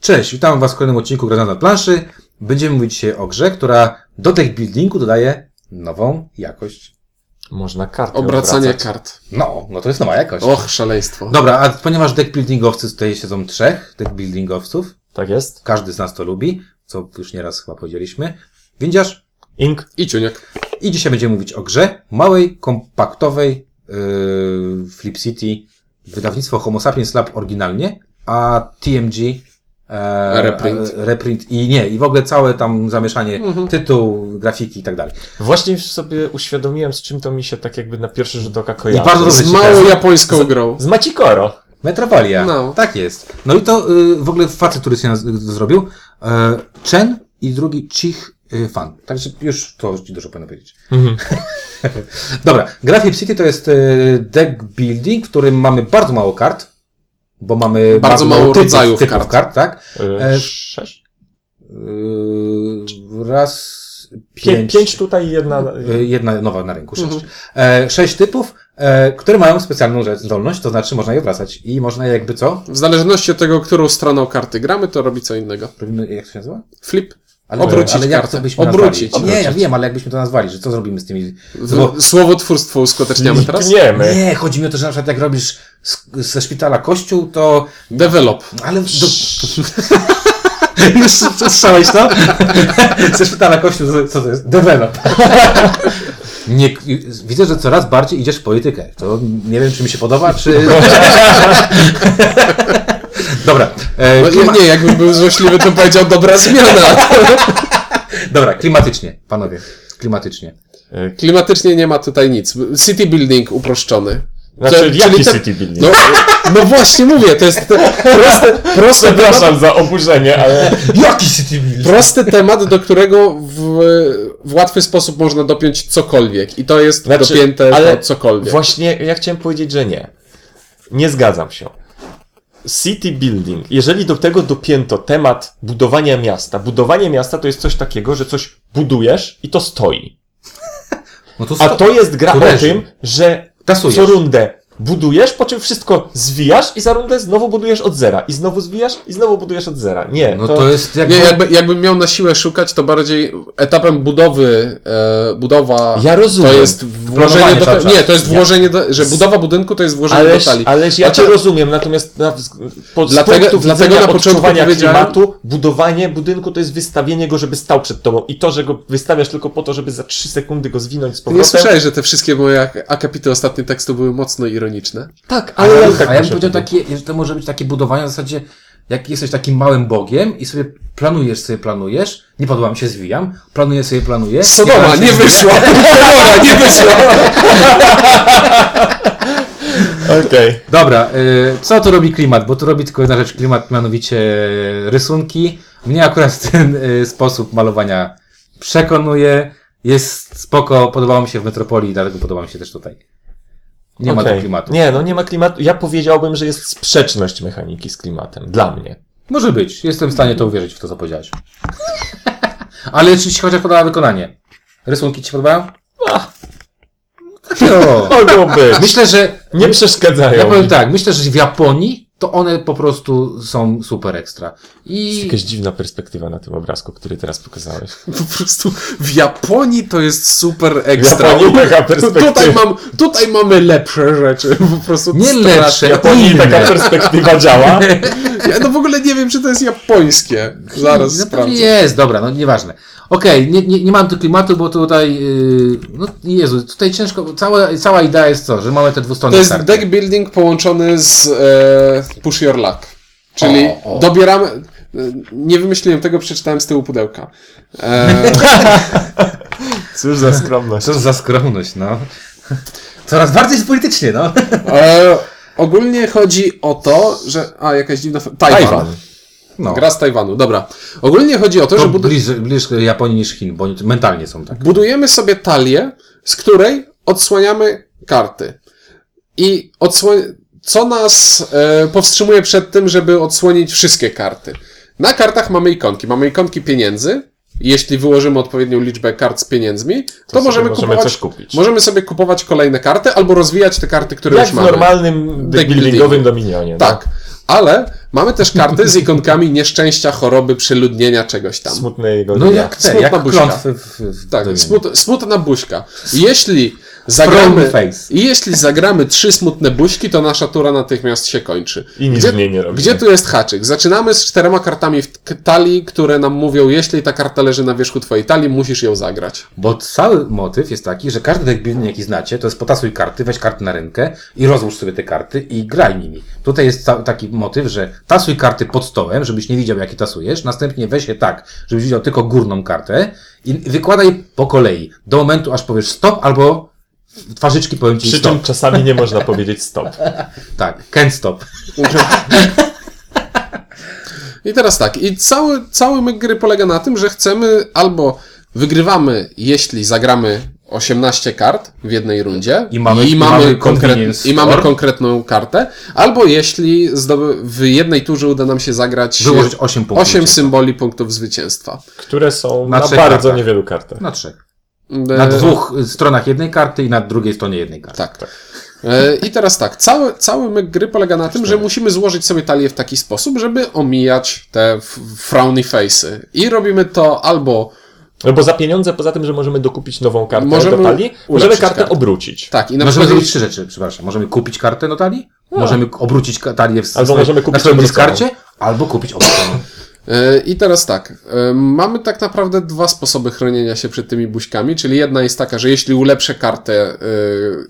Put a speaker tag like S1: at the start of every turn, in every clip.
S1: Cześć, witam Was w kolejnym odcinku Granat na planszy. Będziemy mówić dzisiaj o grze, która do tych buildingu dodaje nową jakość.
S2: Można karty
S3: Obracanie
S2: obracać.
S3: kart.
S1: No, no to jest nowa jakość.
S3: Och, szaleństwo.
S1: Dobra, a ponieważ deck buildingowcy tutaj siedzą trzech deck buildingowców,
S2: Tak jest.
S1: każdy z nas to lubi, co już nieraz chyba powiedzieliśmy, windziarz.
S2: Ink.
S3: I ciuniek.
S1: I dzisiaj będziemy mówić o grze małej, kompaktowej yy, Flip City. Wydawnictwo Homo Sapiens Lab oryginalnie, a TMG e,
S3: Reprint. Mhm.
S1: e, reprint i nie, i w ogóle całe tam zamieszanie, tytuł, grafiki i tak dalej.
S2: Właśnie już sobie uświadomiłem, z czym to mi się tak jakby na pierwszy rzut oka kojarzy.
S1: bardzo dobrze.
S3: Z
S1: Dosyć
S3: małą
S1: ciekawe.
S3: japońską grą.
S2: Z Macikoro.
S1: Metropolia.
S3: No.
S1: Tak jest. No i to y, w ogóle facet, który się naz- zrobił, e, Chen i drugi Chich y, Fan. Także już to ci dużo powinno powiedzieć.
S2: Mhm.
S1: Dobra, Gra Flip City to jest y, deck building, w którym mamy bardzo mało kart, bo mamy bardzo,
S3: mało
S1: typów-
S3: rodzajów
S1: typów
S3: kart.
S1: kart tak? E,
S2: E, sześć?
S1: Yy, raz,
S2: Pię-
S1: pięć,
S2: pięć tutaj i jedna.
S3: E,
S1: yy, jedna nowa na rynku, sześć.
S3: Mhm.
S1: E, sześć typów, e, które mają specjalną rzecz- zdolność, to znaczy można je wracać i można je jakby co?
S3: W zależności od tego, którą stroną karty gramy, to robi co innego.
S1: Robimy, jak to się nazywa?
S3: Flip.
S1: Ale,
S3: Obrócić
S1: ale jak
S3: kartę.
S1: to byśmy
S3: Obrócić.
S1: nazwali? Nie, ja
S3: Obrócić.
S1: wiem, ale jakbyśmy to nazwali, że co zrobimy z tymi... Bo,
S3: W, słowotwórstwo uskuteczniamy teraz.
S2: Lipniemy.
S1: No. nie, chodzi mi o to, że na przykład jak robisz z, ze szpitala kościół, to...
S3: Develop.
S1: Ale... Do... Już słyszałeś to? Ze szpitala kościół, co to jest? Develop. Nie, widzę, że coraz bardziej idziesz w politykę. To nie wiem, czy mi się podoba, czy... Dobra. E,
S3: No,
S1: klima...
S3: nie, jakbym był złośliwy, to powiedział dobra zmiana.
S1: Dobra, klimatycznie, panowie. Klimatycznie.
S2: E,
S3: Klimatycznie nie ma tutaj nic. City building uproszczony.
S2: Znaczy,
S3: Czyli
S2: jaki
S3: te-
S2: city building?
S3: No, no właśnie mówię, to jest te, proste, proste,
S2: Przepraszam za oburzenie, ale.
S1: Jaki city building?
S3: prosty temat, do którego w, w łatwy sposób można dopiąć cokolwiek. I to jest
S2: Znaczy,
S3: dopięte
S2: ale
S3: ale cokolwiek.
S2: Właśnie ja chciałem powiedzieć, że nie. Nie zgadzam się. City building. Jeżeli do tego dopięto temat budowania miasta, budowanie miasta to jest coś takiego, że coś budujesz i to stoi.
S1: No to,
S2: A to jest gra
S1: Tu
S2: o
S1: leży.
S2: tym, że
S1: Tasujesz.
S2: co rundę budujesz, po czym wszystko zwijasz i za rundę znowu budujesz od zera. I znowu zwijasz i znowu budujesz od zera. Nie,
S1: No
S2: to,
S1: to jest jakby...
S3: Nie, jakby, jakbym miał na siłę szukać, to bardziej etapem budowy, e, budowa.
S2: Ja rozumiem.
S3: To jest włożenie
S1: Planowanie
S3: do.
S1: cały czas.
S3: Nie, to jest włożenie do, że budowa budynku to jest włożenie
S2: Ależ,
S3: do tali.
S2: ależ ja
S3: Znaczy,
S2: to rozumiem, natomiast na, wz- po,
S3: Dlatego-
S2: z punktu
S3: dlatego
S2: widzenia
S3: na początku
S2: odczuwania
S3: powiedziałem-
S2: klimatu, budowanie budynku to jest wystawienie go, żeby stał przed tobą i to, że go wystawiasz tylko po to, żeby za 3 sekundy go zwinąć z
S3: nie
S2: powrotem.
S3: słyszałeś, że te wszystkie moje ak- akapity ostatnie tekstu były mocno ironiczne?
S2: tak,
S1: Ale,
S2: ale...
S1: a ja bym powiedział
S2: tak.
S1: takie, że to może być takie budowanie na zasadzie, jak jesteś takim małym bogiem i sobie planujesz, sobie planujesz, nie podoba mi się, zwijam, planuję sobie, planuję.
S3: Sodoma,
S1: planujesz,
S3: nie
S1: zwijam.
S3: wyszła! Sodoma, nie wyszła!
S2: Okej.
S1: Dobra, y, co to robi klimat? Bo to robi tylko jedna rzecz klimat, mianowicie y, rysunki. Mnie akurat ten y, sposób malowania przekonuje, jest spoko, podobało mi się w Metropolii, dlatego podoba mi się też tutaj. Nie ma
S2: Okej.
S1: tu klimatu.
S2: Nie, no nie ma klimatu. Ja powiedziałbym, że jest sprzeczność mechaniki z klimatem. Dla mnie.
S1: Może być, jestem w stanie to uwierzyć w to, co powiedziałeś. Ale czy ci chociaż podoba wykonanie? Rysunki ci się podobają? No.
S2: Mogłoby.
S1: Myślę, że.
S2: Nie przeszkadzają.
S1: Ja powiem
S2: mi.
S1: tak, myślę, że w Japonii to one po prostu są super ekstra.
S2: Jest
S1: I.
S2: jakaś dziwna perspektywa na tym obrazku, który teraz pokazałeś.
S3: Po prostu w Japonii to jest super ekstra.
S2: Japonii taka perspektywa.
S3: Tutaj, mam, tutaj mamy lepsze rzeczy. Po prostu
S1: Nie
S3: strasznie.
S1: lepsze,
S2: W Japonii
S1: inne.
S2: taka perspektywa działa.
S3: Ja no w ogóle nie wiem, czy to jest japońskie. Zaraz
S1: no, pewnie
S3: sprawdzę.
S1: jest, dobra, no nieważne. Okej, nie, nie, nie mam tu klimatu, bo tutaj. Yy, no Jezu, tutaj ciężko. Cała, cała idea jest co, że mamy te dwustronne
S3: To jest
S1: karty.
S3: deck building połączony z e, Push Your Luck. Czyli
S1: O, o.
S3: dobieramy. e, Nie wymyśliłem tego, przeczytałem z tyłu pudełka. E,
S2: Cóż za skromność.
S1: Co za skromność, no. Coraz bardziej politycznie, no.
S3: e, ogólnie chodzi o to, że. A, jakaś dziwna. fa- Tajwan.
S2: Tajwan.
S1: no.
S3: Gra z Tajwanu, dobra. Ogólnie chodzi o to, że
S1: To
S3: budu-
S1: bliż, bliż Japonii niż Chin, bo oni mentalnie są tak.
S3: budujemy sobie talię, z której odsłaniamy karty. I odsłon- co nas e, powstrzymuje przed tym, żeby odsłonić wszystkie karty? Na kartach mamy ikonki. Mamy ikonki pieniędzy. Jeśli wyłożymy odpowiednią liczbę kart z pieniędzmi, to,
S2: sobie
S3: możemy,
S2: możemy
S3: kupować,
S2: coś kupić.
S3: Możemy sobie kupować kolejne karty albo rozwijać te karty, które
S2: Jak
S3: już
S2: w
S3: mamy.
S2: normalnym
S3: Deck
S2: deck buildingowym
S3: buildingu.
S2: dominionie.
S3: Tak. Ale mamy też karty z ikonkami nieszczęścia, choroby, przeludnienia, czegoś tam.
S2: Smutnego
S1: No
S2: dnia.
S1: jak te,
S3: smutna
S1: jak
S3: buźka.
S1: klątwy w, w
S3: Tak,
S1: Wiedźminie.
S3: smut, smutna buźka. Jeśli
S1: Frowny
S3: zagramy,
S1: face.
S3: i jeśli zagramy trzy smutne buźki, to nasza tura natychmiast się kończy.
S2: I nic w niej nie robimy.
S3: Gdzie tu jest haczyk? Zaczynamy z czterema kartami w k- talii, które nam mówią, jeśli ta karta leży na wierzchu twojej talii, musisz ją zagrać.
S1: Bo cały motyw jest taki, że każdy deck building, jaki znacie, to jest potasuj karty, weź karty na rękę i rozłóż sobie te karty i graj nimi. Tutaj jest ta, taki motyw, że tasuj karty pod stołem, żebyś nie widział, jakie tasujesz, następnie weź je tak, żebyś widział tylko górną kartę i wykładaj po kolei, do momentu, aż powiesz stop albo w twarzyczki powiem ci
S2: Przy
S1: stop.
S2: czym czasami nie można powiedzieć stop.
S1: Tak, can stop.
S3: I teraz tak, i cały, cały myk gry polega na tym, że chcemy albo wygrywamy, jeśli zagramy 18 kart w jednej rundzie
S1: I mamy-
S3: i
S1: i
S3: mamy,
S1: mamy
S3: konkret,
S1: convenience
S3: i mamy
S1: store.
S3: konkretną kartę, albo jeśli zdoby, w jednej turze uda nam się zagrać
S1: Wyłożyć 8 punktów.
S3: 8 symboli punktów zwycięstwa.
S2: Które są
S1: Na
S2: na,
S1: trzech
S2: bardzo
S1: kartach.
S2: niewielu kartach.
S1: Na trzech. Na
S3: E,
S1: dwóch y, stronach jednej karty i na drugiej stronie jednej karty.
S3: Tak. E, I teraz tak, cały, cały myk gry polega na tym, że musimy złożyć sobie talię w taki sposób, żeby omijać te f- frowny face'y. I robimy to albo
S2: No bo za pieniądze, poza tym, że możemy dokupić nową kartę
S3: Możemy
S2: do talii,
S3: ulepszyć
S2: możemy kartę
S3: kartę.
S2: obrócić.
S3: tak, i na
S1: możemy
S3: przykład
S1: zrobić trzy rzeczy, przepraszam. Możemy kupić kartę na talii, możemy k- obrócić ka- talię w
S2: No. Albo
S1: na-
S2: możemy
S1: na
S2: kupić
S1: swoim
S2: obróconą.
S1: dyskarcie, albo kupić obróconą.
S3: E, I teraz tak, e, mamy tak naprawdę dwa sposoby chronienia się przed tymi buźkami, czyli jedna jest taka, że jeśli ulepszę kartę... e,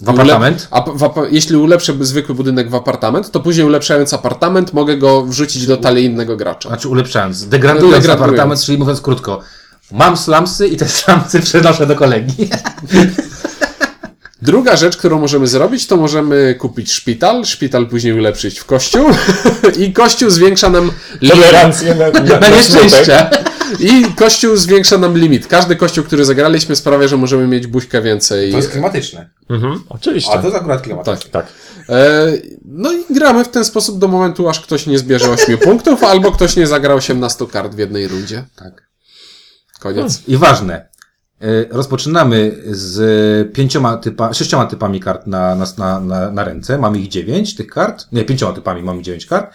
S1: W apartament?
S3: a, w, apa- jeśli ulepszę zwykły budynek w apartament, to później ulepszając apartament mogę go wrzucić do talii innego gracza.
S1: Znaczy ulepszając, degradując
S3: Degradując.
S1: apartament, czyli mówiąc krótko. Mam slamsy i te slamsy przenoszę do kolegi.
S3: Druga rzecz, którą możemy zrobić, to możemy kupić szpital, szpital później ulepszyć w kościół i kościół zwiększa nam limit.
S2: Tolerancję na, na, na,
S1: Na
S2: smutek.
S1: nieszczęścia.
S3: I kościół zwiększa nam limit. Każdy kościół, który zagraliśmy sprawia, że możemy mieć buźkę więcej.
S1: klimatyczne.
S2: Mhm, oczywiście.
S1: jest akurat klimatyczne.
S2: Tak.
S3: E, No i gramy w ten sposób do momentu, aż ktoś nie zbierze 8 punktów, albo ktoś nie zagra 18 kart w jednej rundzie.
S1: Tak.
S3: Koniec.
S1: I ważne. y, Rozpoczynamy z pięcioma typa, sześcioma typami kart na, na, na, na, na ręce. Mamy ich dziewięć tych kart. Nie, pięcioma typami mamy dziewięć kart.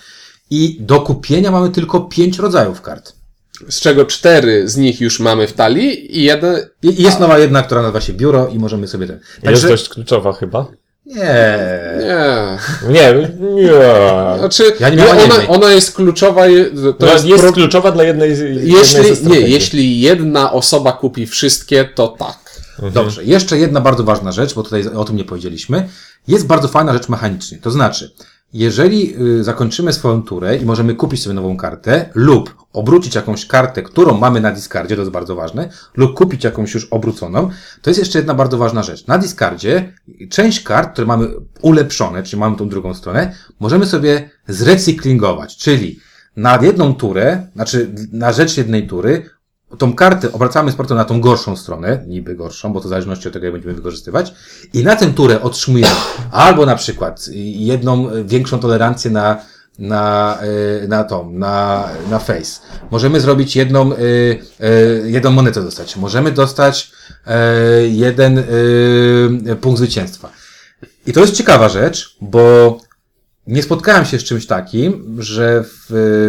S1: I do kupienia mamy tylko pięć rodzajów kart. Hmm.
S3: Z czego 4 z nich już mamy w talii i jeden.
S1: I i jest nowa jedna, która nazywa się biuro i możemy sobie ten.
S2: Jest
S1: Także...
S2: dość kluczowa chyba.
S1: Nie.
S3: Nie.
S2: Nie, nie.
S3: Znaczy,
S1: Hmm. Ja nie
S3: nie,
S1: miałem
S3: ona,
S1: jednej.
S3: ona jest kluczowa. je- To
S2: To jest,
S3: jest pro...
S2: kluczowa dla jednej z jednej ze
S3: jeśli, nie,
S2: strategii.
S3: jeśli jedna osoba kupi wszystkie, to tak.
S1: Dobrze. Jeszcze jedna bardzo ważna rzecz, bo tutaj o tym nie powiedzieliśmy. Jest bardzo fajna rzecz mechanicznie. To znaczy, jeżeli y, zakończymy swoją turę i możemy kupić sobie nową kartę lub obrócić jakąś kartę, którą mamy na discardzie, to jest bardzo ważne, lub kupić jakąś już obróconą, to jest jeszcze jedna bardzo ważna rzecz. Na discardzie część kart, które mamy ulepszone, czyli mamy tą drugą stronę, możemy sobie zrecyklingować, czyli na jedną turę, znaczy na rzecz jednej tury tą kartę obracamy z powrotem na tą gorszą stronę, niby gorszą, bo to w zależności od tego, jak będziemy wykorzystywać, i na tę turę otrzymujemy albo na przykład jedną y, większą tolerancję na, na, y, na tą, na, na face. Możemy zrobić jedną, y, y, jedną monetę dostać. Możemy dostać y, jeden y, punkt zwycięstwa. I to jest ciekawa rzecz, bo nie spotkałem się z czymś takim, że w,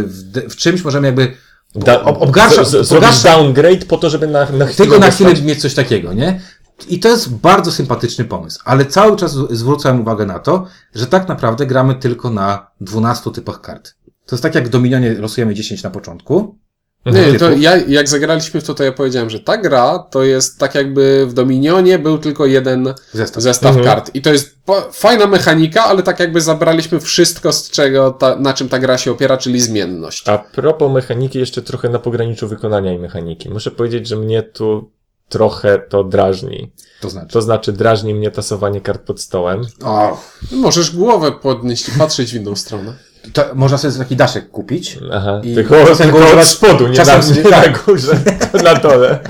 S1: w, w czymś możemy jakby
S2: Da,
S1: ob- obgarsza,
S2: z- z-
S1: obgarsza
S2: Zrobić downgrade po to, żeby na, na chwilę...
S1: tylko na chwilę
S2: dostać-
S1: mieć coś takiego, nie? I to jest bardzo sympatyczny pomysł, ale cały czas zwracałem uwagę na to, że tak naprawdę gramy tylko na 12 typach kart. To jest tak jak w Dominionie losujemy 10 na początku.
S3: Nie, to
S1: Typu.
S3: ja, jak zagraliśmy w to, to ja powiedziałem, że ta gra to jest tak jakby w Dominionie był tylko jeden
S1: Zestaw.
S3: zestaw
S2: Mhm.
S3: kart. I to jest po- fajna mechanika, ale tak jakby zabraliśmy wszystko, z czego ta, na czym ta gra się opiera, czyli zmienność.
S2: A propos mechaniki, jeszcze trochę na pograniczu wykonania i mechaniki. Muszę powiedzieć, że mnie tu trochę to drażni.
S1: To znaczy.
S2: To znaczy drażni mnie tasowanie kart pod stołem.
S1: O,
S3: Możesz głowę podnieść i patrzeć w inną stronę.
S1: to można sobie taki daszek kupić.
S2: Aha,
S1: I
S2: tylko,
S1: czasem
S2: tylko
S1: go
S2: od
S1: używać-
S2: spodu, nie
S1: czasem- tak.
S2: na, nie na górze, na dole.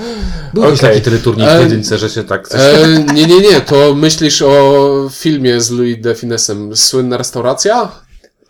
S1: Był jakiś
S2: Okej.
S1: taki tyle turniej w
S3: Em,
S1: jedynce, że się tak... Coś...
S3: E, nie, nie, nie, to myślisz o filmie z Louis de Finesem. Słynna restauracja?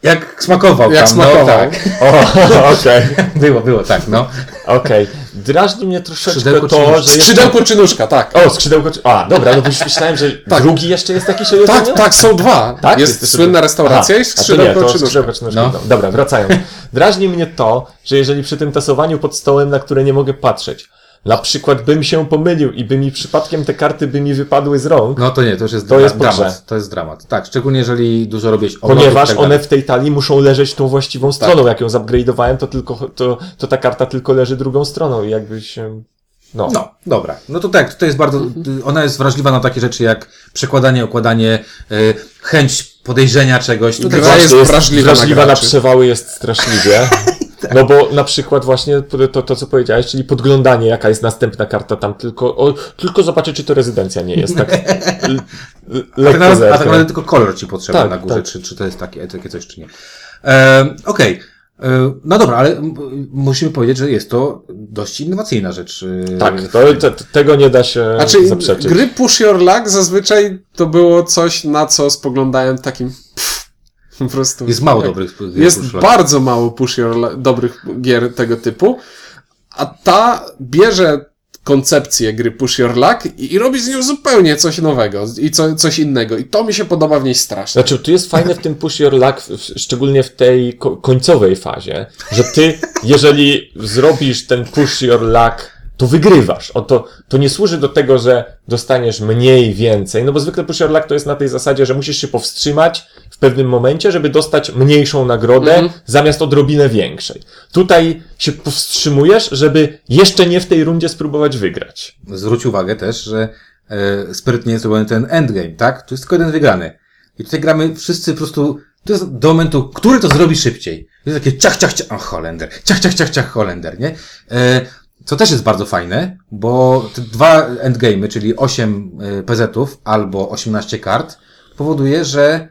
S1: Jak smakował
S3: Jak
S1: tam,
S3: smakował.
S1: no tak.
S2: O, okej.
S1: Było, było, tak, no.
S2: Okej. Drażni mnie troszeczkę
S1: Skrzydełko czy
S2: to,
S1: nóż?
S2: że jest...
S3: Skrzydełko czy nóżka, tak.
S2: O, skrzydełko... czy- A, dobra, no bo już myślałem, że
S1: Tak.
S2: drugi jeszcze jest taki, że jest
S3: Tak, tak, są dwa.
S2: Tak?
S3: Jest słynna restauracja i
S2: Aha, a to
S3: skrzydełko
S2: nie, to
S3: czy nóżka.
S2: skrzydełko czy nóżka.
S1: No.
S2: Dobra, wracając. Drażni mnie to, że jeżeli przy tym tasowaniu pod stołem, na które nie mogę patrzeć, na przykład bym się pomylił i by mi przypadkiem te karty by mi wypadły z rąk,
S1: No to nie, to już jest,
S2: To
S1: dra-
S2: jest proszę.
S1: dramat. To jest dramat. Tak, szczególnie jeżeli dużo robisz obrotów
S2: ponieważ
S1: i tak
S2: one
S1: dalej.
S2: w tej talii muszą leżeć tą właściwą stroną. Jak ją zupgrade'owałem, to tylko, to, to ta karta tylko leży drugą stroną i jakby się... No.
S1: No, dobra. No to tak, to jest bardzo.
S2: Mhm.
S1: Ona jest wrażliwa na takie rzeczy jak przekładanie, okładanie, y, chęć podejrzenia czegoś. tak Tutaj
S3: Gra
S1: właśnie-
S3: jest wrażliwa na
S2: wrażliwa na
S3: graczy.
S2: przewały jest straszliwie. No bo na przykład właśnie to, to, co powiedziałeś, czyli podglądanie, jaka jest następna karta tam, tylko, o, tylko zobaczę, czy to rezydencja nie jest. Tak, l- l-
S1: Tak
S2: lekko
S1: naprawdę, a tak naprawdę
S2: zerknę.
S1: tylko kolor ci potrzeba
S2: Tak,
S1: na górze,
S2: tak.
S1: czy, czy to jest takie, takie coś, czy nie. E, Okej. E, No dobra, ale m- musimy powiedzieć, że jest to dość innowacyjna rzecz. e,
S2: Tak, to, to, tego nie da się
S3: Znaczy,
S2: zaprzeczyć.
S3: gry Push Your Luck zazwyczaj to było coś, na co spoglądałem takim pff, po prostu.
S1: Jest mało
S2: tak.
S3: Jak-
S1: dobrych gier
S3: Jest
S1: puszlaków.
S3: bardzo mało Push Your Luck, dobrych gier tego typu, a ta bierze koncepcję gry Push Your Luck i, i robi z nią zupełnie coś nowego i co, coś innego. I to mi się podoba w niej strasznie.
S2: Znaczy, tu jest fajne w tym push your luck, w- w- szczególnie w tej ko- końcowej fazie, że ty, jeżeli zrobisz ten push your luck, to wygrywasz. O, to, to nie służy do tego, że dostaniesz mniej więcej, no bo zwykle push your luck to jest na tej zasadzie, że musisz się powstrzymać w pewnym momencie, żeby dostać mniejszą nagrodę
S3: Mhm.
S2: zamiast odrobinę większej. Tutaj się powstrzymujesz, żeby jeszcze nie w tej rundzie spróbować wygrać.
S1: Zwróć uwagę też, że e, sprytnie jest zrobiony ten endgame, tak? Tu jest tylko jeden wygrany. I tutaj gramy wszyscy po prostu, to jest do momentu, który to zrobi szybciej. To jest takie ciach, ciach, ciach, a Holender, ciach, ciach, ciach, ciach, Holender, nie? E, co też jest bardzo fajne, bo te dwa endgame'y, czyli 8 e, PZ-ów albo 18 kart, powoduje, że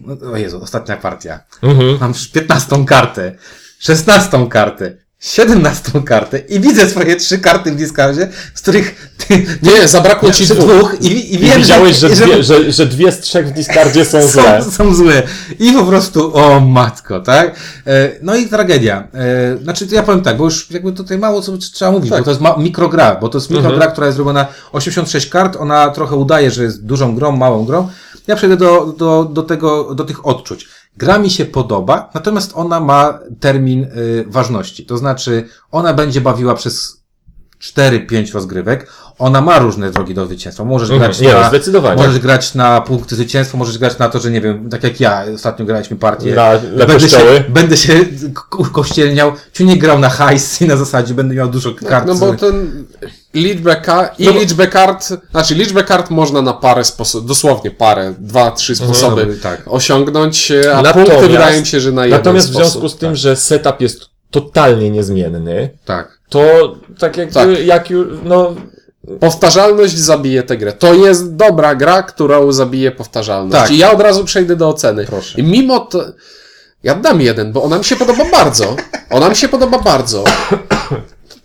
S1: no, o Jezu, ostatnia partia.
S2: Mhm.
S1: Mam już 15 kartę, 16 kartę, 17 kartę i widzę swoje trzy karty w Discordzie, z których ty,
S3: Nie, zabrakło ci
S1: przy
S3: dwóch.
S1: dwóch i, i
S2: No I
S1: wiem,
S2: widziałeś, że
S1: i
S2: dwie, że, że dwie z trzech w Discardzie są złe.
S1: są, są złe. I po prostu, o matko, tak? E, No i tragedia. E, Znaczy, ja powiem tak, bo już jakby tutaj mało co trzeba mówić,
S2: Tak.
S1: bo to jest ma- mikrogra, bo to jest
S2: Mhm.
S1: mikrogra, która jest zrobiona 86 kart, ona trochę udaje, że jest dużą grą, małą grą. Ja przejdę do, do, do tego, do tych odczuć. Gra mi się podoba, natomiast ona ma termin y, ważności. To znaczy, ona będzie bawiła przez 4-5 rozgrywek. Ona ma różne drogi do zwycięstwa. Możesz
S2: Mhm,
S1: grać
S2: nie,
S1: na,
S2: zdecydowanie.
S1: Możesz grać na punkty zwycięstwa, możesz grać na to, że nie wiem, tak jak ja, ostatnio graliśmy partię.
S2: Na lewe
S1: będę
S2: pszczoły.
S1: się, będę się ko- kościelniał, czy nie grał na hajs i na zasadzie będę miał dużo kart.
S3: No bo ten liczbę kart i
S1: No bo-
S3: liczbę kart, znaczy liczbę kart można na parę sposobów, dosłownie parę, dwa, trzy sposoby
S1: no, tak.
S3: osiągnąć, a
S2: Natomiast-
S3: punkty wydaje mi się, że na jeden
S2: Natomiast w związku
S3: sposób,
S2: z tym, że setup jest totalnie niezmienny,
S1: Tak.
S2: to tak jak,
S3: Tak.
S2: jak już, no,
S3: Powtarzalność zabije tę grę. To jest dobra gra, którą zabije powtarzalność.
S1: Tak.
S3: I ja od razu przejdę do oceny.
S1: Proszę.
S3: I mimo to. Ja dam jeden, bo ona mi się podoba bardzo. Ona mi się podoba bardzo.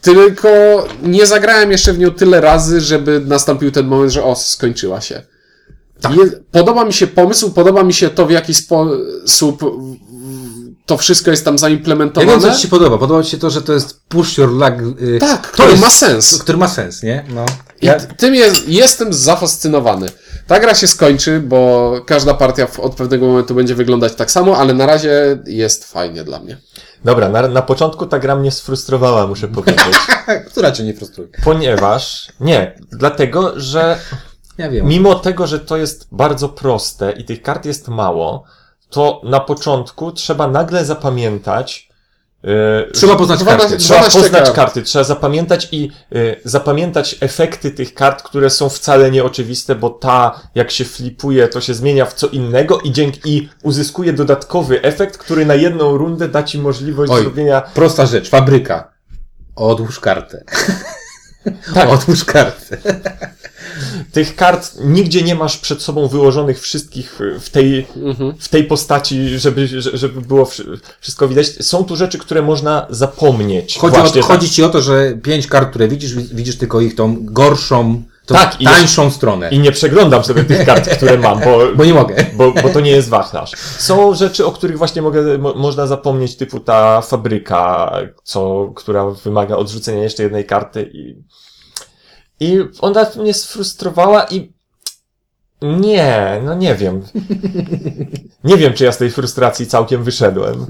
S3: Tylko nie zagrałem jeszcze w nią tyle razy, żeby nastąpił ten moment, że o, skończyła się.
S1: Tak.
S3: Je, podoba mi się pomysł, podoba mi się to, w jaki sposób w- w- to wszystko jest
S1: Ja
S3: tam
S1: wiem, co
S3: zaimplementowane.
S1: ci się podoba. Podoba ci się to, że to jest push your luck. y,
S3: Tak,
S1: to
S3: to
S1: jest-
S3: ma sens.
S1: Który ma sens, nie? No.
S3: I
S1: Ja,
S3: t- tym jest, jestem zafascynowany. Ta gra się skończy, bo każda partia w, od pewnego momentu będzie wyglądać tak samo, ale na razie jest fajnie dla mnie.
S2: dobra, na, na początku ta gra mnie sfrustrowała, muszę powiedzieć,
S1: która cię nie frustruje?
S2: ponieważ, nie, dlatego, że
S1: Ja wiem.
S2: mimo tego, że to jest bardzo proste i tych kart jest mało, to na początku trzeba nagle zapamiętać, yy,
S1: Trzeba poznać
S3: Dwa
S1: karty.
S3: razy-
S2: Trzeba
S3: 12
S2: poznać
S3: kart.
S2: karty, trzeba zapamiętać i y, zapamiętać efekty tych kart, które są wcale nieoczywiste, bo ta, jak się flipuje, to się zmienia w co innego i dzięki i uzyskuje dodatkowy efekt, który na jedną rundę da ci możliwość
S1: Oj.
S2: zrobienia.
S1: Prosta rzecz, fabryka. Odłóż kartę.
S2: Tak.
S1: Odłóż kartę.
S2: Tych kart nigdzie nie masz przed sobą wyłożonych wszystkich y, w tej, w tej postaci, żeby, że- żeby było wszy- wszystko widać. Są tu rzeczy, które można zapomnieć.
S1: Chodzi, o,
S2: Właśnie tak.
S1: chodzi ci o to, że pięć kart, które widzisz, wi- widzisz tylko ich tą gorszą to
S2: Tak, i jeszcze-
S1: tańszą stronę.
S2: I nie przeglądam sobie tych kart, które mam, bo,
S1: Bo nie mogę.
S2: bo, bo to nie jest wachlarz. Są rzeczy, o których właśnie mogę, mo, można zapomnieć, typu ta fabryka, co, która wymaga odrzucenia jeszcze jednej karty i, i ona mnie sfrustrowała i nie, no nie wiem. Nie wiem, czy ja z tej frustracji całkiem wyszedłem.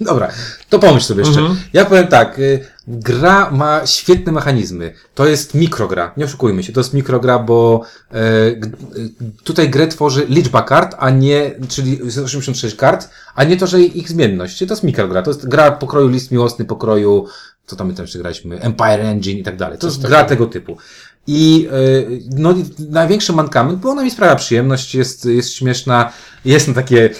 S1: Dobra, to pomyśl sobie jeszcze.
S2: Mhm.
S1: Ja powiem tak, y, gra ma świetne mechanizmy. To jest mikrogra, nie oszukujmy się, to jest mikrogra, bo e, g- y, tutaj grę tworzy liczba kart, a nie, czyli 86 kart, a nie to, że ich zmienność. To jest mikrogra, to jest gra pokroju list miłosny, pokroju, co tam my tam jeszcze graliśmy, Empire Engine i tak dalej. To jest gra tego typu. I y, no, i największy mankament, bo ona mi sprawia przyjemność, jest, jest śmieszna, jest na takie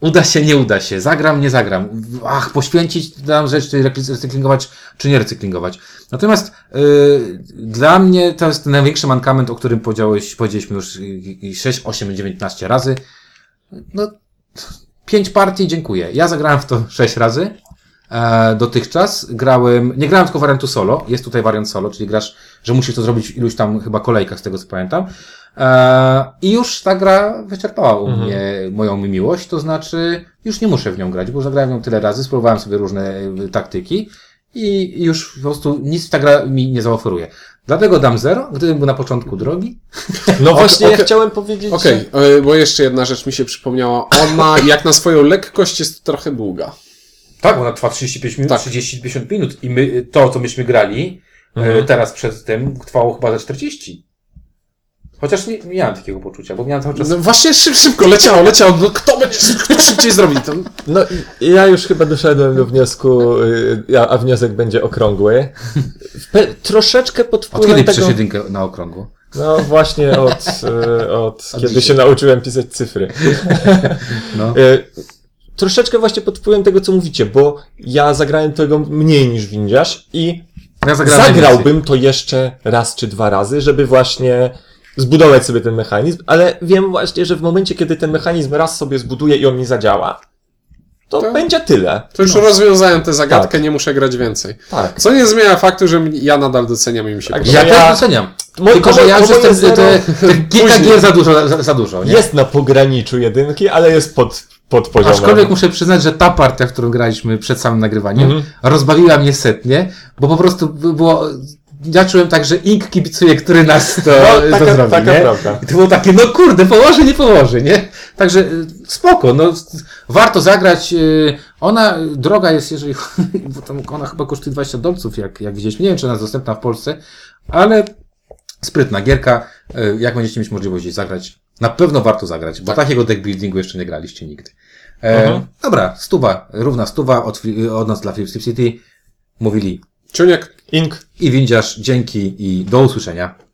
S1: uda się, nie uda się, zagram, nie zagram, ach, poświęcić dam rzecz, czy rekli- recyklingować, czy nie recyklingować. Natomiast y, dla mnie to jest ten największy mankament, o którym powiedziałeś, powiedzieliśmy już y, y, 6, 8, 19 razy. No, pięć partii, dziękuję. Ja zagrałem w to sześć razy e, dotychczas. Grałem, nie grałem tylko wariantu solo, jest tutaj wariant solo, czyli grasz, że musisz to zrobić w iluś tam chyba kolejkach, z tego co pamiętam. E, I już ta gra wyczerpała u
S2: Mhm.
S1: mnie moją miłość, to znaczy już nie muszę w nią grać, bo zagrałem w nią tyle razy, spróbowałem sobie różne e, taktyki i już po prostu nic ta gra mi nie zaoferuje. Dlatego dam zero, gdybym był na początku drogi.
S2: No właśnie,
S3: okej.
S2: ja chciałem powiedzieć, że...
S3: Okej, e, bo jeszcze jedna rzecz mi się przypomniała. Ona, jak na swoją lekkość, jest trochę długa.
S1: Tak, ona trwa 35 minut,
S3: Tak.
S1: 30-50 minut i my, to, co myśmy grali e, teraz przedtem, trwało chyba ze 40. Chociaż nie, nie miałem takiego poczucia, bo miałem cały czas...
S3: No właśnie szyb, szybko leciało, leciało. No, kto będzie kto szybciej zrobi to?
S2: No i ja już chyba doszedłem do wniosku, y, a, a wniosek będzie okrągły. Pe, troszeczkę pod
S1: Od kiedy
S2: wpływem
S1: piszesz
S2: tego...
S1: jedynkę na okrągło?
S2: No właśnie od, y, od kiedy się
S1: dzisiaj.
S2: nauczyłem pisać cyfry.
S1: No.
S2: Y, Troszeczkę właśnie pod wpływem tego, co mówicie, bo ja zagrałem tego mniej niż windziarz i
S1: Ja zagrałem najwięcej.
S2: zagrałbym to jeszcze raz czy dwa razy, żeby właśnie zbudować sobie ten mechanizm, ale wiem właśnie, że w momencie, kiedy ten mechanizm raz sobie zbuduję i on mi zadziała, to,
S3: To-
S2: będzie tyle.
S3: To już rozwiązałem tę zagadkę,
S2: No. Tak.
S3: nie muszę grać więcej.
S2: Tak.
S3: Co nie zmienia faktu, że mnie- ja nadal doceniam i mi się
S2: Tak,
S3: podoba.
S1: Ja
S2: że
S1: też
S2: ja-
S1: doceniam.
S2: Moje-
S1: Tylko, że
S2: moje-
S1: ja już
S2: moje
S1: jestem
S2: zero-
S1: te, te, te kilka
S3: Później.
S1: gier za dużo, za, za dużo, nie?
S2: Jest na pograniczu jedynki, ale jest pod, pod poziomem.
S1: Aczkolwiek muszę przyznać, że ta partia, w którą graliśmy przed samym nagrywaniem,
S2: Mhm.
S1: rozbawiła mnie setnie, bo po prostu by- było... Ja czułem tak, że Ink kibicuje, który nas to,
S2: No,
S1: to
S2: taka,
S1: zrobi,
S2: taka
S1: nie?
S2: prawda.
S1: I to było takie, no kurde, położy, nie położy, nie? Także y, spoko, no s- warto zagrać. y, Ona, y, droga jest, jeżeli, bo tam ona chyba kosztuje 20 dolców, jak, jak widzieliśmy. Nie wiem, czy ona jest dostępna w Polsce, ale sprytna gierka. y, Jak będziecie mieć możliwość jej zagrać, na pewno warto zagrać, bo takiego deck buildingu jeszcze nie graliście nigdy. E,
S2: Mhm.
S1: Dobra, stuwa, równa stuwa od, Fli- od nas dla Flip City. Mówili
S3: Ciuniek,
S2: Ink.
S1: i windziarz, dzięki i do usłyszenia.